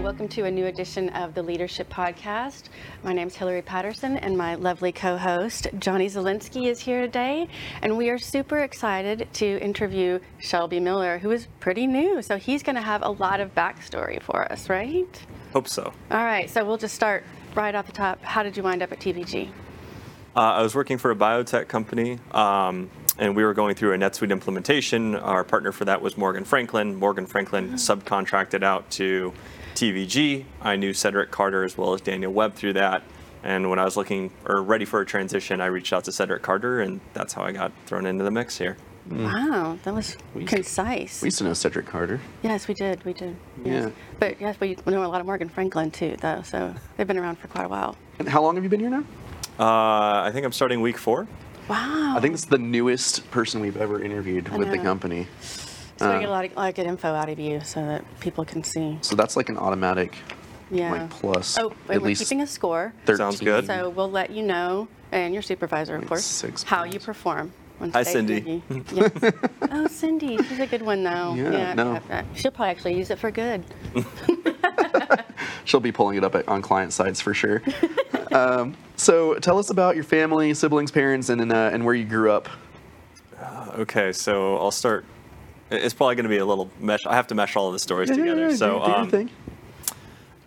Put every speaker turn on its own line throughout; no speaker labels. welcome to a new edition of the Leadership Podcast. My name is Hillary Patterson, and my lovely co host, Johnny Zielinski, is here today. And we are super excited to interview Shelby Miller, who is pretty new. So he's going to have a lot of backstory for us, right?
Hope so.
All right, so we'll just start right off the top. How did you wind up at TPG?
Uh, I was working for a biotech company, um, and we were going through a NetSuite implementation. Our partner for that was Morgan Franklin. Morgan Franklin subcontracted out to TVG. I knew Cedric Carter as well as Daniel Webb through that. And when I was looking or ready for a transition, I reached out to Cedric Carter, and that's how I got thrown into the mix here.
Wow, that was concise.
Hmm. We used to know Cedric Carter.
yes, we did, we did.
Yeah.
But yes, we know a lot of Morgan Franklin too, though. So they've been around for quite a while.
And how long have you been here now?
Uh, I think I'm starting week four.
Wow.
I think that's the newest person we've ever interviewed with the
know.
company.
So
Uh.
I get a lot of like, good info out of you so that people can see.
So that's like an automatic,
Yeah.
like plus.
Oh, and
at
we're
least
keeping a score.
13.
Sounds good.
So we'll let you know, and your supervisor, of course,
six
how
points.
you perform. on
Hi,
stage,
Cindy.
Nikki. yes. Oh, Cindy, she's a good one though.
Yeah,
I
no.
have that. She'll probably actually use it for good.
She'll be pulling it up at, on client sites for sure. um, so tell us about your family, siblings, parents, and then, uh, and where you grew up.
Okay, so I'll start. It's probably going to be a little mesh. I have to mesh all of the stories together. so
do, do your
um,
thing.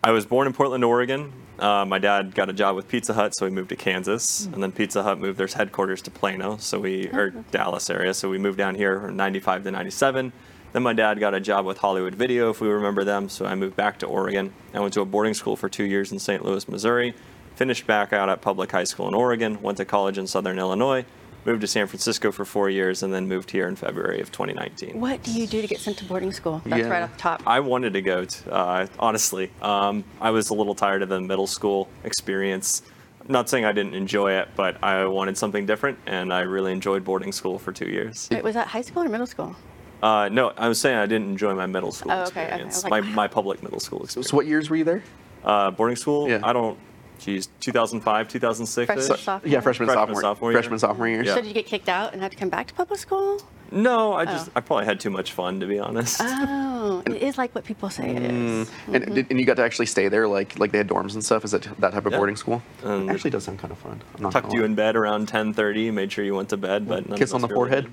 I was born in Portland, Oregon. Uh, my dad got a job with Pizza Hut, so we moved to Kansas, and then Pizza Hut moved their headquarters to Plano, so we or Dallas area. So we moved down here from '95 to '97. Then my dad got a job with Hollywood Video, if we remember them. So I moved back to Oregon. I went to a boarding school for two years in St. Louis, Missouri. Finished back out at public high school in Oregon. Went to college in Southern Illinois. Moved to San Francisco for four years, and then moved here in February of 2019.
What do you do to get sent to boarding school? That's
Yeah.
right off the top.
I wanted to go. To, uh, honestly, um, I was a little tired of the middle school experience. I'm not saying I didn't enjoy it, but I wanted something different, and I really enjoyed boarding school for two years.
Wait, was that high school or middle school?
Uh, no, I was saying I didn't enjoy my middle school
Oh, okay, okay. I
experience.
was like,
my,
wow.
my public middle school experience.
So what years were you there?
Uh, boarding school?
Yeah.
I don't. Geez, 2005, 2006. -ish?
Freshman, sophomore.
Yeah,
Freshman,
freshman, sophomore,
sophomore year.
freshman, sophomore year.
So did you get kicked out and have to come back to public school?
No, I just
Oh.
I probably had too much fun to be honest.
Oh, it is like what people say it is.
Mm.
Mm-hmm.
And, did- and you got to actually stay there, like like they had dorms and stuff. Is it that type of
Yeah.
boarding school?
Um,
actually, does sound kind of fun. I'm not
Tucked
gonna
you
lie.
in bed around 10:30, made sure you went to bed, but none
Kiss
of
on
us
the
really
forehead.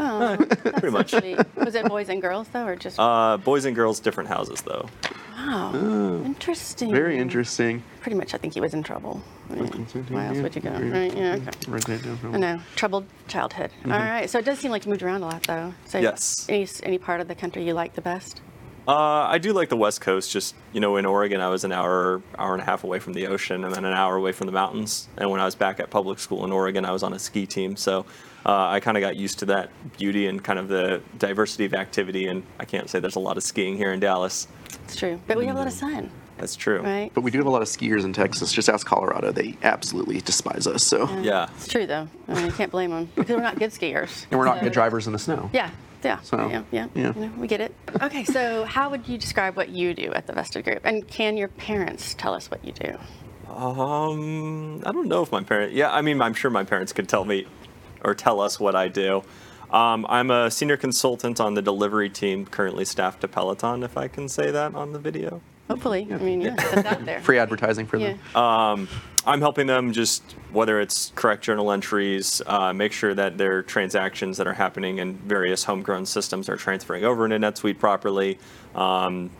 Oh,
did. Pretty much.
sweet. was it boys and girls though, or just
Uh, boys and girls, different houses though.
wow? Interesting.
Oh. Very interesting.
Pretty much, I think he was in trouble. I mean, Why else
yeah.
would you go?
Very-
Right? Yeah. Okay.
Write that down for
I
me.
know. Troubled childhood.
Mm-hmm.
All right. So it does seem like you moved around a lot, though. So
Yes.
Any any part of the country you like the best?
Uh, I do like the West Coast. Just you know, in Oregon, I was an hour, hour and a half away from the ocean, and then an hour away from the mountains. And when I was back at public school in Oregon, I was on a ski team, so uh, I kind of got used to that beauty and kind of the diversity of activity. And I can't say there's a lot of skiing here in Dallas.
It's true. But we have a lot of sun,
That's true.
right?
Mm-hmm. But we do have a lot of skiers in Texas. Just ask Colorado; they absolutely despise us. So,
Yeah.
It's true, though. I mean, you can't blame them because we're not good skiers.
and we're not
So-
good drivers in the snow.
Yeah. Yeah,
So,
yeah, yeah,
yeah.
You know, we get it. Okay, so how would you describe what you do at the Vested Group, and can your parents tell us what you do?
Um, I don't know if my parents. Yeah, I mean, I'm sure my parents could tell me or tell us what I do. Um, I'm a senior consultant on the delivery team, currently staffed to Peloton, if I can say that on the video.
Hopefully, I mean, yeah, that's out there.
Free advertising for
Yeah.
them.
I'm helping them just whether it's correct journal entries, uh, make sure that their transactions that are happening in various homegrown systems are transferring over into NetSuite properly. Um,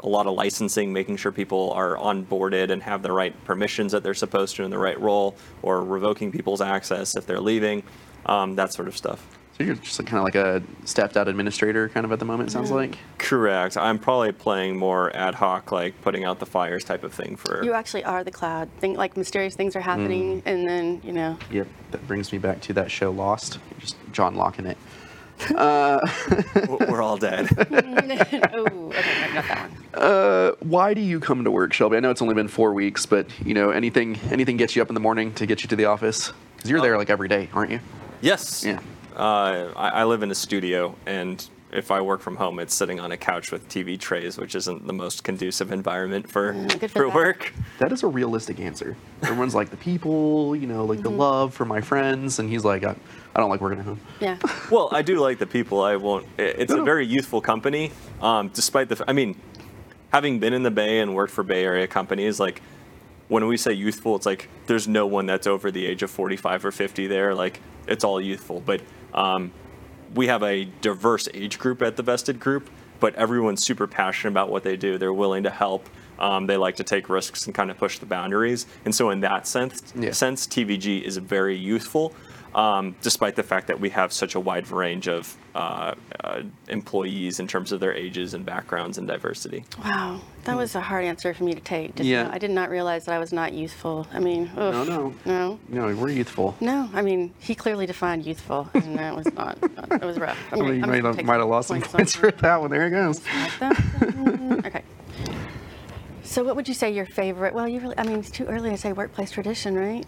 a lot of licensing, making sure people are onboarded and have the right permissions that they're supposed to in the right role, or revoking people's access if they're leaving, um, that sort of stuff.
So you're just like, kind of like a staffed out administrator, kind of at the moment. It sounds like.
Correct. I'm probably playing more ad hoc, like putting out the fires type of thing for.
You actually are the cloud. Think like mysterious things are happening,
Mm.
and then you know.
Yep. That brings me back to that show Lost. Just John Locke in it.
We're all dead.
oh, okay, no, not that one.
Why do you come to work, Shelby? I know it's only been four weeks, but you know anything anything gets you up in the morning to get you to the office
Oh.
because you're there like every day, aren't you?
Yes.
Yeah.
Uh, I, I live in a studio, and if I work from home, it's sitting on a couch with TV trays, which isn't the most conducive environment for
good for
for
that.
work.
That is a realistic answer. Everyone's like the people, you know, like
Mm-hmm.
the love for my friends, and he's like, I, I don't like working at home.
Yeah.
Well, I do like the people. I won't. i- It's a very youthful company, um, despite the. f- I mean, having been in the Bay and worked for Bay Area companies, like when we say youthful, it's like there's no one that's over the age of 45 or 50 there. Like it's all youthful, but um, we have a diverse age group at the Vested Group, but everyone's super passionate about what they do. They're willing to help. Um, they like to take risks and kind of push the boundaries. And so, in that sense,
Yeah.
sense TVG is very youthful, um, despite the fact that we have such a wide range of uh, uh, employees in terms of their ages and backgrounds and diversity.
Wow, that was a hard answer for me to take. Just
Yeah.
now. I did not realize that I was not youthful. I mean, oof.
No, no.
no,
No, we're youthful.
no. I mean, he clearly defined youthful, and that was not. It was rough. Okay,
you
I'm
might
just
have,
taking
might have lost some
points on
points
that.
for that one. There it goes.
Like that? Mm, okay. So, what would you say your favorite? Well, you really, I mean, it's too early to say workplace tradition, right?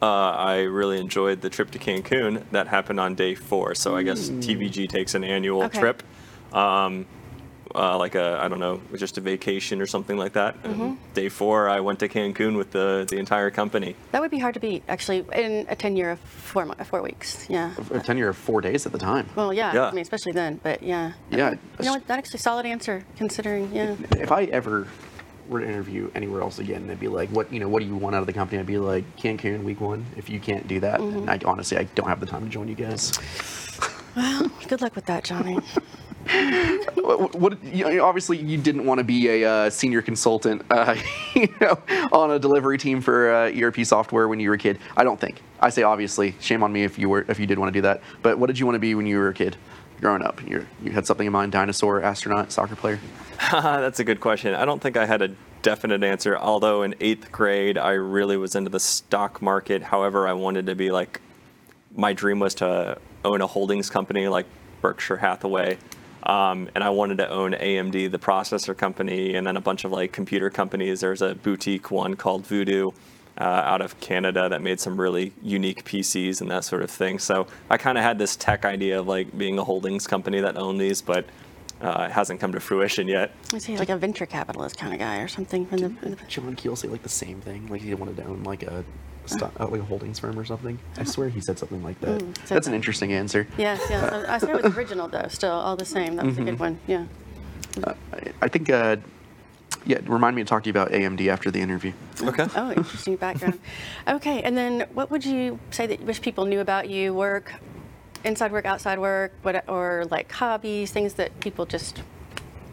Uh, I really enjoyed the trip to Cancun that happened on day four. So I guess TVG takes an annual
Okay.
trip, um, uh, like a I don't know, just a vacation or something like that. And Day four, I went to Cancun with the the entire company.
That would be hard to beat, actually, in a tenure of four, mo- four weeks. Yeah.
A tenure of four days at the time.
Well, yeah,
Yeah.
I mean, especially then, but yeah.
Yeah.
You know what? That actually solid answer, considering, yeah.
If I ever were to interview anywhere else again, they'd be like, "What you know? What do you want out of the company?" I'd be like, "Cancun week one. If you can't do that,
Mm-hmm.
and I honestly I don't have the time to join you guys."
Good luck with that, Johnny.
what, what you know, obviously you didn't want to be a uh, senior consultant, uh, you know, on a delivery team for uh, ERP software when you were a kid. I don't think. I say obviously. Shame on me if you were if you did want to do that. But what did you want to be when you were a kid, growing up? You you had something in mind: dinosaur, astronaut, soccer player.
Uh, that's a good question. I don't think I had a definite answer. Although in eighth grade, I really was into the stock market. However, I wanted to be like my dream was to own a holdings company like Berkshire Hathaway. Um, and I wanted to own AMD, the processor company, and then a bunch of like computer companies. There's a boutique one called Voodoo uh, out of Canada that made some really unique PCs and that sort of thing. So I kind of had this tech idea of like being a holdings company that owned these, but uh, it hasn't come to fruition yet.
Is he like a venture capitalist kind of guy or something? From the, from the-
John Keel say like the same thing, like he wanted to own like a sto- uh, like a holdings firm or something. I swear he Oh. Mm, said something like that.
so-
That's an interesting answer.
yes, yes. I- I said it was original, though, still, all the same. That was a good one, yeah.
I, I think. Uh, yeah, remind me to talk to you about AMD after the interview.
Okay.
Oh, interesting background. okay, and then what would you say that you wish people knew about you? Work, inside work, outside work, what, or like hobbies, things that people just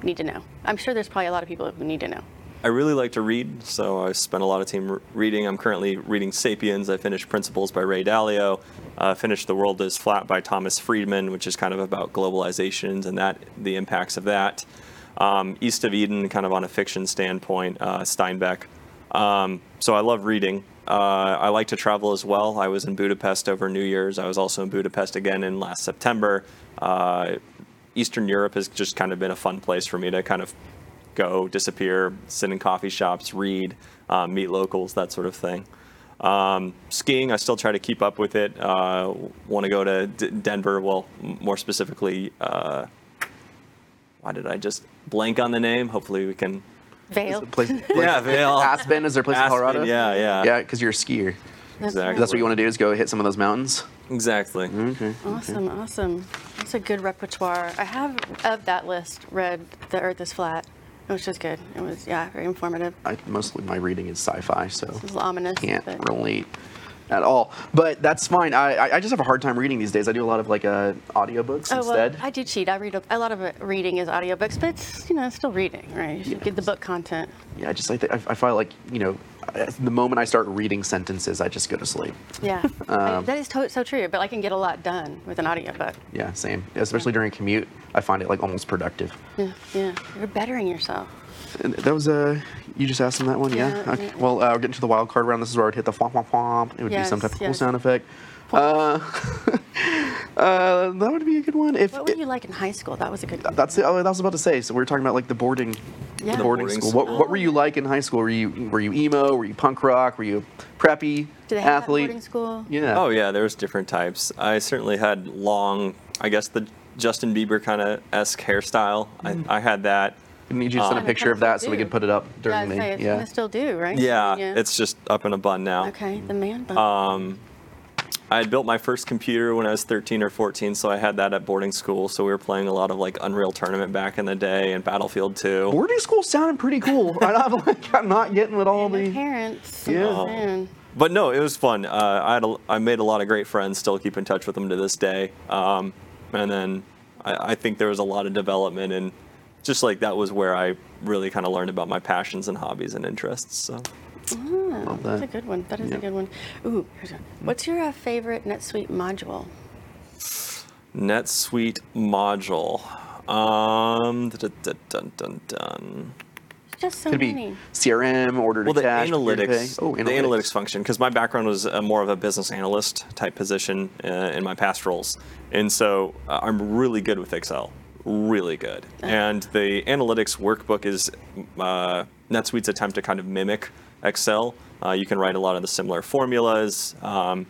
need to know. I'm sure there's probably a lot of people who need to know.
I really like to read, so I spend a lot of time r- reading. I'm currently reading *Sapiens*. I finished *Principles* by Ray Dalio. Uh, finished *The World Is Flat* by Thomas Friedman, which is kind of about globalizations and that the impacts of that. Um, *East of Eden*, kind of on a fiction standpoint, uh, Steinbeck. Um, so I love reading. Uh, I like to travel as well. I was in Budapest over New Year's. I was also in Budapest again in last September. Uh, Eastern Europe has just kind of been a fun place for me to kind of go, disappear, sit in coffee shops, read, um, meet locals, that sort of thing. Um, skiing, I still try to keep up with it. Uh, Want to go to D- Denver, well, m- more specifically, uh, why did I just blank on the name? Hopefully we can.
Veil.
Place,
Yeah, Vail.
Oh. Aspen is there a place
Aspen,
in Colorado?
Yeah, yeah.
Yeah, because you're a skier.
That's
exactly.
right.
That's what you want to do is go hit some of those mountains.
Exactly.
Mm-hmm.
Awesome, awesome. That's a good repertoire. I have of that list read "The Earth Is Flat," which was good. It was yeah, very informative.
I, mostly my reading is sci-fi, so
It was ominous.
can't
but-
relate at all. But that's fine. I, I- I just have a hard time reading these days. I do a lot of like uh, audiobooks
Oh, well,
instead.
I do cheat. I read a, a lot of it, reading is audiobooks, but it's you know still reading, right? You should get the book content.
yeah, I just like I, I feel like you know, I- the moment I start reading sentences, I just go to sleep.
Yeah,
Um,
I- that is to- so true. But I can get a lot done with an audiobook.
Yeah, same. Especially during commute, I find it like almost productive.
Yeah, yeah, you're bettering yourself.
And That was uh, you just asked him that one, yeah.
Yeah,
okay.
yeah.
Well, uh, we're getting to the wild card round. This is where I would hit the flomp flomp flomp. It would be
Yes,
some type of cool
yes.
sound effect. Uh, uh, that would be a good one. If
What were you like in high school? That was a good.
that's it. Oh, that was about to say. So we were talking about like the boarding,
Yeah. Oh.
the
The
boarding
boarding
school. What,
school.
what were you like in high school? Were you were you emo? Were you punk rock? Were you preppy?
Do they have that
athlete?
boarding school?
Yeah.
Oh yeah, there's different types. I certainly had long, I guess the Justin Bieber kind of esque hairstyle.
Mm-hmm.
I, I had that.
We need you to send
Oh,
a
they
picture of
kinda
that so we
do.
can put it up
Yeah,
during
I'd say
the
it's
yeah.
they still do, right?
Yeah, it's just up in a bun now.
okay. The man bun.
Um, I had built my first computer when I was 13 or 14, so I had that at boarding school. So we were playing a lot of like Unreal Tournament back in the day and Battlefield 2.
Boarding school sounded pretty cool. and I'm like, I'm not getting with all
My
the.
parents.
Um, Yeah.
Oh, man.
but no, it was fun. Uh, I had a, I made a lot of great friends. Still keep in touch with them to this day. Um, and then I, I think there was a lot of development and just like that was where I really kind of learned about my passions and hobbies and interests. So
Love
That's a
that.
good one. That is
Yeah.
a good one. Ooh, here's one. What's your uh, favorite NetSuite module?
NetSuite module. Um, dun, dun, dun, dun, dun.
Just so
Could
many.
be CRM, order to
Well, the
cash, clear to
analytics,
pay. Oh,
the analytics function, because my background was uh more of a business analyst type position uh, in my past roles, and so uh, I'm really good with Excel, really good. And the analytics workbook is uh, NetSuite's attempt to kind of mimic Excel. Uh, you can write a lot of the similar formulas. Um,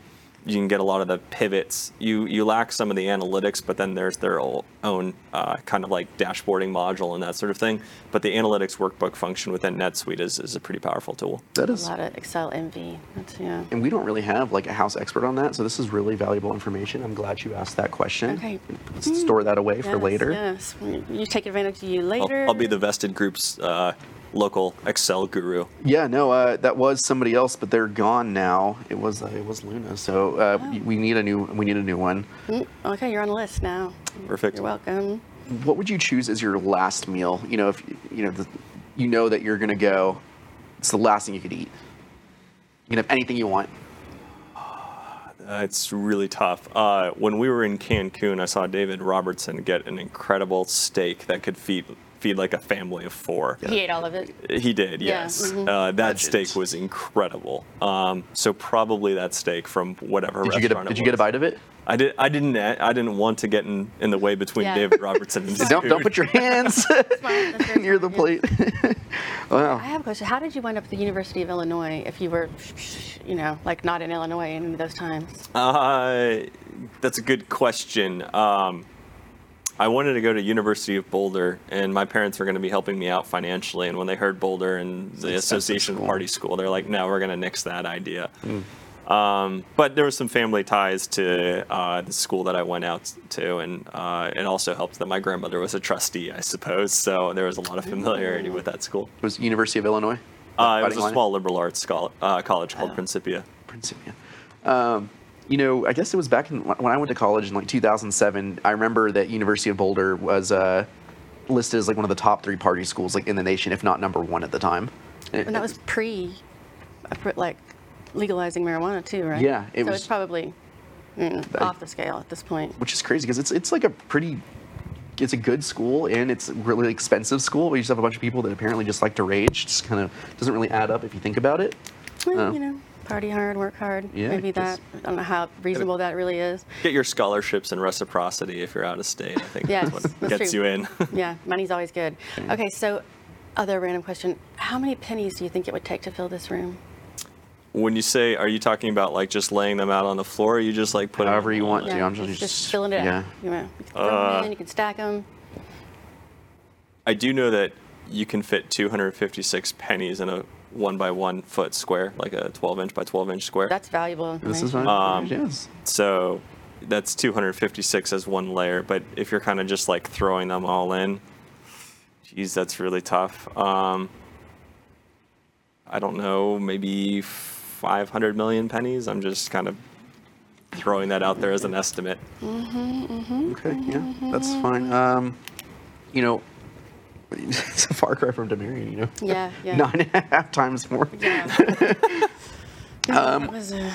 you can get a lot of the pivots. You you lack some of the analytics, but then there's their o- own uh, kind of like dashboarding module and that sort of thing. But the analytics workbook function within NetSuite is, is a pretty powerful tool.
That
A
is.
lot of Excel envy. That's, yeah.
And we don't really have like a house expert on that, so this is really valuable information. I'm glad you asked that question.
Okay.
Let's store that away for
Yes,
later.
Yes. You- You take advantage of you
I'll,
later.
I'll be the vested group's uh, local Excel guru.
Yeah, no, uh, that was somebody else, but they're gone now. It was uh, it was Luna. So uh,
Oh.
we need a new we need a new one.
Mm, Okay, you're on the list now.
Perfect.
You're welcome.
What would you choose as your last meal? You know, if you know the, you know that you're gonna go, it's the last thing you could eat. You can have anything you want.
Uh, it's really tough. Uh, when we were in Cancun, I saw David Robertson get an incredible steak that could feed feed like a family of four.
He ate all of it.
He did,
Yeah,
yes.
mm-hmm.
mhm.
Uh, that
Legend.
steak was incredible. Um, so probably that steak from whatever
Did you get a,
restaurant
Did
it
you get a
was.
bite of it?
I did. I didn't. I didn't want to get in, in the way between
Yeah.
David Robertson and his
Don't don't
food.
put your hands
Smart, that's very
near the
smart, yeah.
plate. wow.
I have a question. How did you wind up at the University of Illinois if you were, you know, like not in Illinois in any of those times?
Uh, that's a good question. Um, I wanted to go to University of Boulder, and my parents were going to be helping me out financially. And when they heard Boulder and the
expensive
Association
school.
Party School, they're like, "No, we're going to nix that idea." Um, but there was some family ties to uh, the school that I went out to, and uh, it also helped that my grandmother was a trustee, I suppose. So there was a lot of familiarity with that school.
It was University of Illinois.
Uh, it
Fighting
was a
Lion?
small liberal arts schol- uh, college called
Oh.
Principia.
Principia. Um, you know, I guess it was back in, when I went to college in like 2007. I remember that University of Boulder was uh, listed as like one of the top three party schools like in the nation, if not number one at the time. And
And that was pre, uh, pre- like, legalizing marijuana too, right?
Yeah, it
so
was-
it's probably mm,
I-
off the scale at this point.
which is crazy because it's it's like a pretty, it's a good school and it's a really expensive school. We just have a bunch of people that apparently just like to rage. Just kind of doesn't really add up if you think about it.
Well,
Oh.
You know, party hard, work hard.
Yeah,
maybe
that's-
that. I don't know how reasonable that really is.
Get your scholarships and reciprocity if you're out of state. I think
Yes,
that's what
that's
gets
true.
you in.
Yeah, money's always good. Okay, so other random question: How many pennies do you think it would take to fill this room?
when you say, are you talking about like just laying them out on the floor? Or you just like put
However you want
Yeah,
to. I'm
it's
just,
just, filling it
yeah.
out. You, know, you can throw 'em
Uh,
in, you can stack them.
I do know that you can fit 256 pennies in a one by one foot square, like a 12 inch by 12 inch square.
That's valuable.
This is
information.
what
Um,
yes.
so that's 256 as one layer. But if you're kind of just like throwing them all in, geez, that's really tough. Um, I don't know, maybe 500 million pennies. I'm just kind of throwing that out there as an estimate.
Okay, yeah, that's fine. Um, you know, it's a far cry from Demirian, you know.
Yeah, yeah.
Nine and a half times more.
Yeah.
Um,
That was a-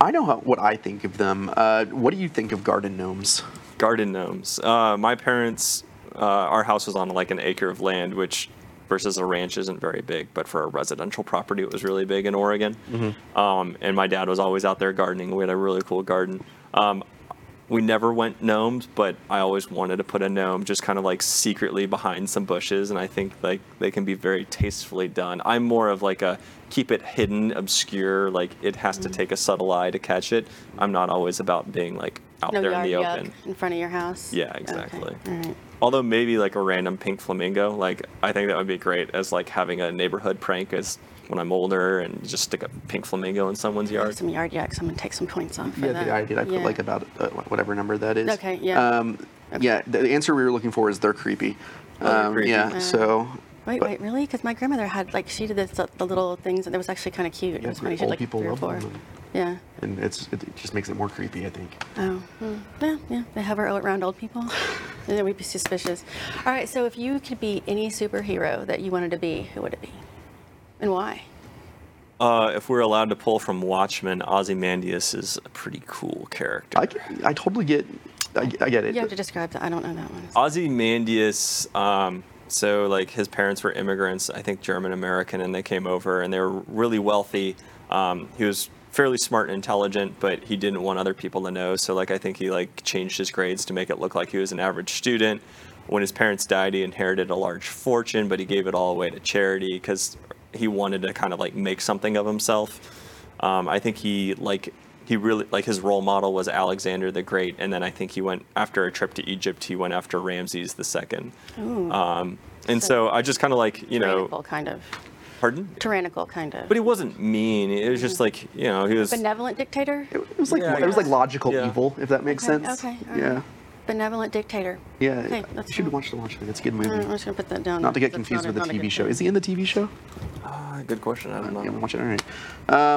I know how, what I think of them. Uh, what do you think of garden gnomes?
garden gnomes. Uh, my parents, uh, our house was on like an acre of land, which versus a ranch isn't very big, but for a residential property, it was really big in Oregon. Um, and my dad was always out there gardening. We had a really cool garden. Um, we never went gnomes, but I always wanted to put a gnome just kind of like secretly behind some bushes, and I think like they can be very tastefully done. I'm more of like a keep it hidden, obscure, like it has
Mm-hmm.
to take a subtle eye to catch it. I'm not always about being like out
no
there in
yard
the
yuck
open.
in front of your house.
Yeah,
Okay,
exactly.
All right.
Although maybe like a random pink flamingo, like I think that would be great as like having a neighborhood prank as when I'm older and just stick a pink flamingo in someone's yard.
Some yard yaks. I'm gonna take some points off. For
Yeah,
that.
the, I did. I put
Yeah.
like about uh, wh- whatever number that is.
Okay, yeah.
Um, Yeah, the the answer we were looking for is they're creepy.
they're
um,
creepy.
Yeah,
Uh,
so.
Wait,
but-
wait, really? Because my grandmother had like she did this, the, the little things, and it was actually kind of cute.
Yeah,
it was funny. She
old
had, like
people
three or
love
four.
them.
Yeah.
And it's it just makes it more creepy, I think.
Oh, hmm. yeah, yeah. They hover around old people, and then we'd be suspicious. All right. So if you could be any superhero that you wanted to be, who would it be, and why?
Uh, if we're allowed to pull from Watchmen, Ozymandias is a pretty cool character.
I, get- I totally get. I, I get it.
You have to describe that. I don't know that one.
Ozymandias, um, so like his parents were immigrants, I think German American, and they came over and they were really wealthy. Um, he was fairly smart and intelligent, but he didn't want other people to know. So like I think he like changed his grades to make it look like he was an average student. When his parents died, he inherited a large fortune, but he gave it all away to charity because he wanted to kind of like make something of himself. Um, I think he like he really like his role model was Alexander the Great, and then I think he went after a trip to Egypt. He went after Ramses the Second. Um, and so, I just kind of like you
Tyrannical,
know,
kind of.
pardon.
Tyrannical, kind of.
But he wasn't mean. It was just like you know he was.
Benevolent dictator.
It was like
Yeah, I
it was like
guess.
logical
Yeah.
evil, if that makes
Okay,
sense.
okay, all right.
yeah.
Benevolent dictator.
Yeah.
Okay,
you
that's
should
fine.
watch the Watchmen. It's a good movie.
I'm just gonna put that down.
Mm-hmm. Not to get
That's
confused
not a-
with the
not a good
TV show.
thing.
Is he in the TV show?
Ah, good question. I don't
Yeah,
know.
watch it. All right.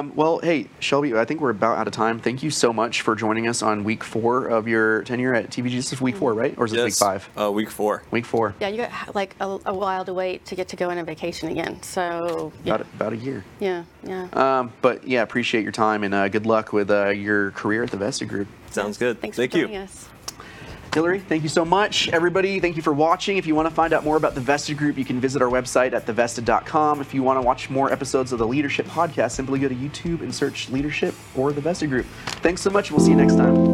Um, well, hey, Shelby, I think we're about out of time. Thank you so much for joining us on week four of your tenure at TVG. This is week four, right? Or is it
Yes,
week five?
Uh, week four.
Week four.
Mm. Yeah, you got h- like a, a while to wait to get to go on a vacation again. So yeah,
About, about a year.
yeah, yeah.
Um, but yeah, appreciate your time and uh, good luck with uh, your career at the Vesta Group.
Sounds good.
Thanks
Thank
for
you.
joining us.
Hillary, thank you so much. Everybody, thank you for watching. If you want to find out more about the Vesta Group, you can visit our website at thevesta.com. If you want to watch more episodes of the Leadership Podcast, simply go to YouTube and search Leadership or the Vesta Group. Thanks so much. We'll see you next time.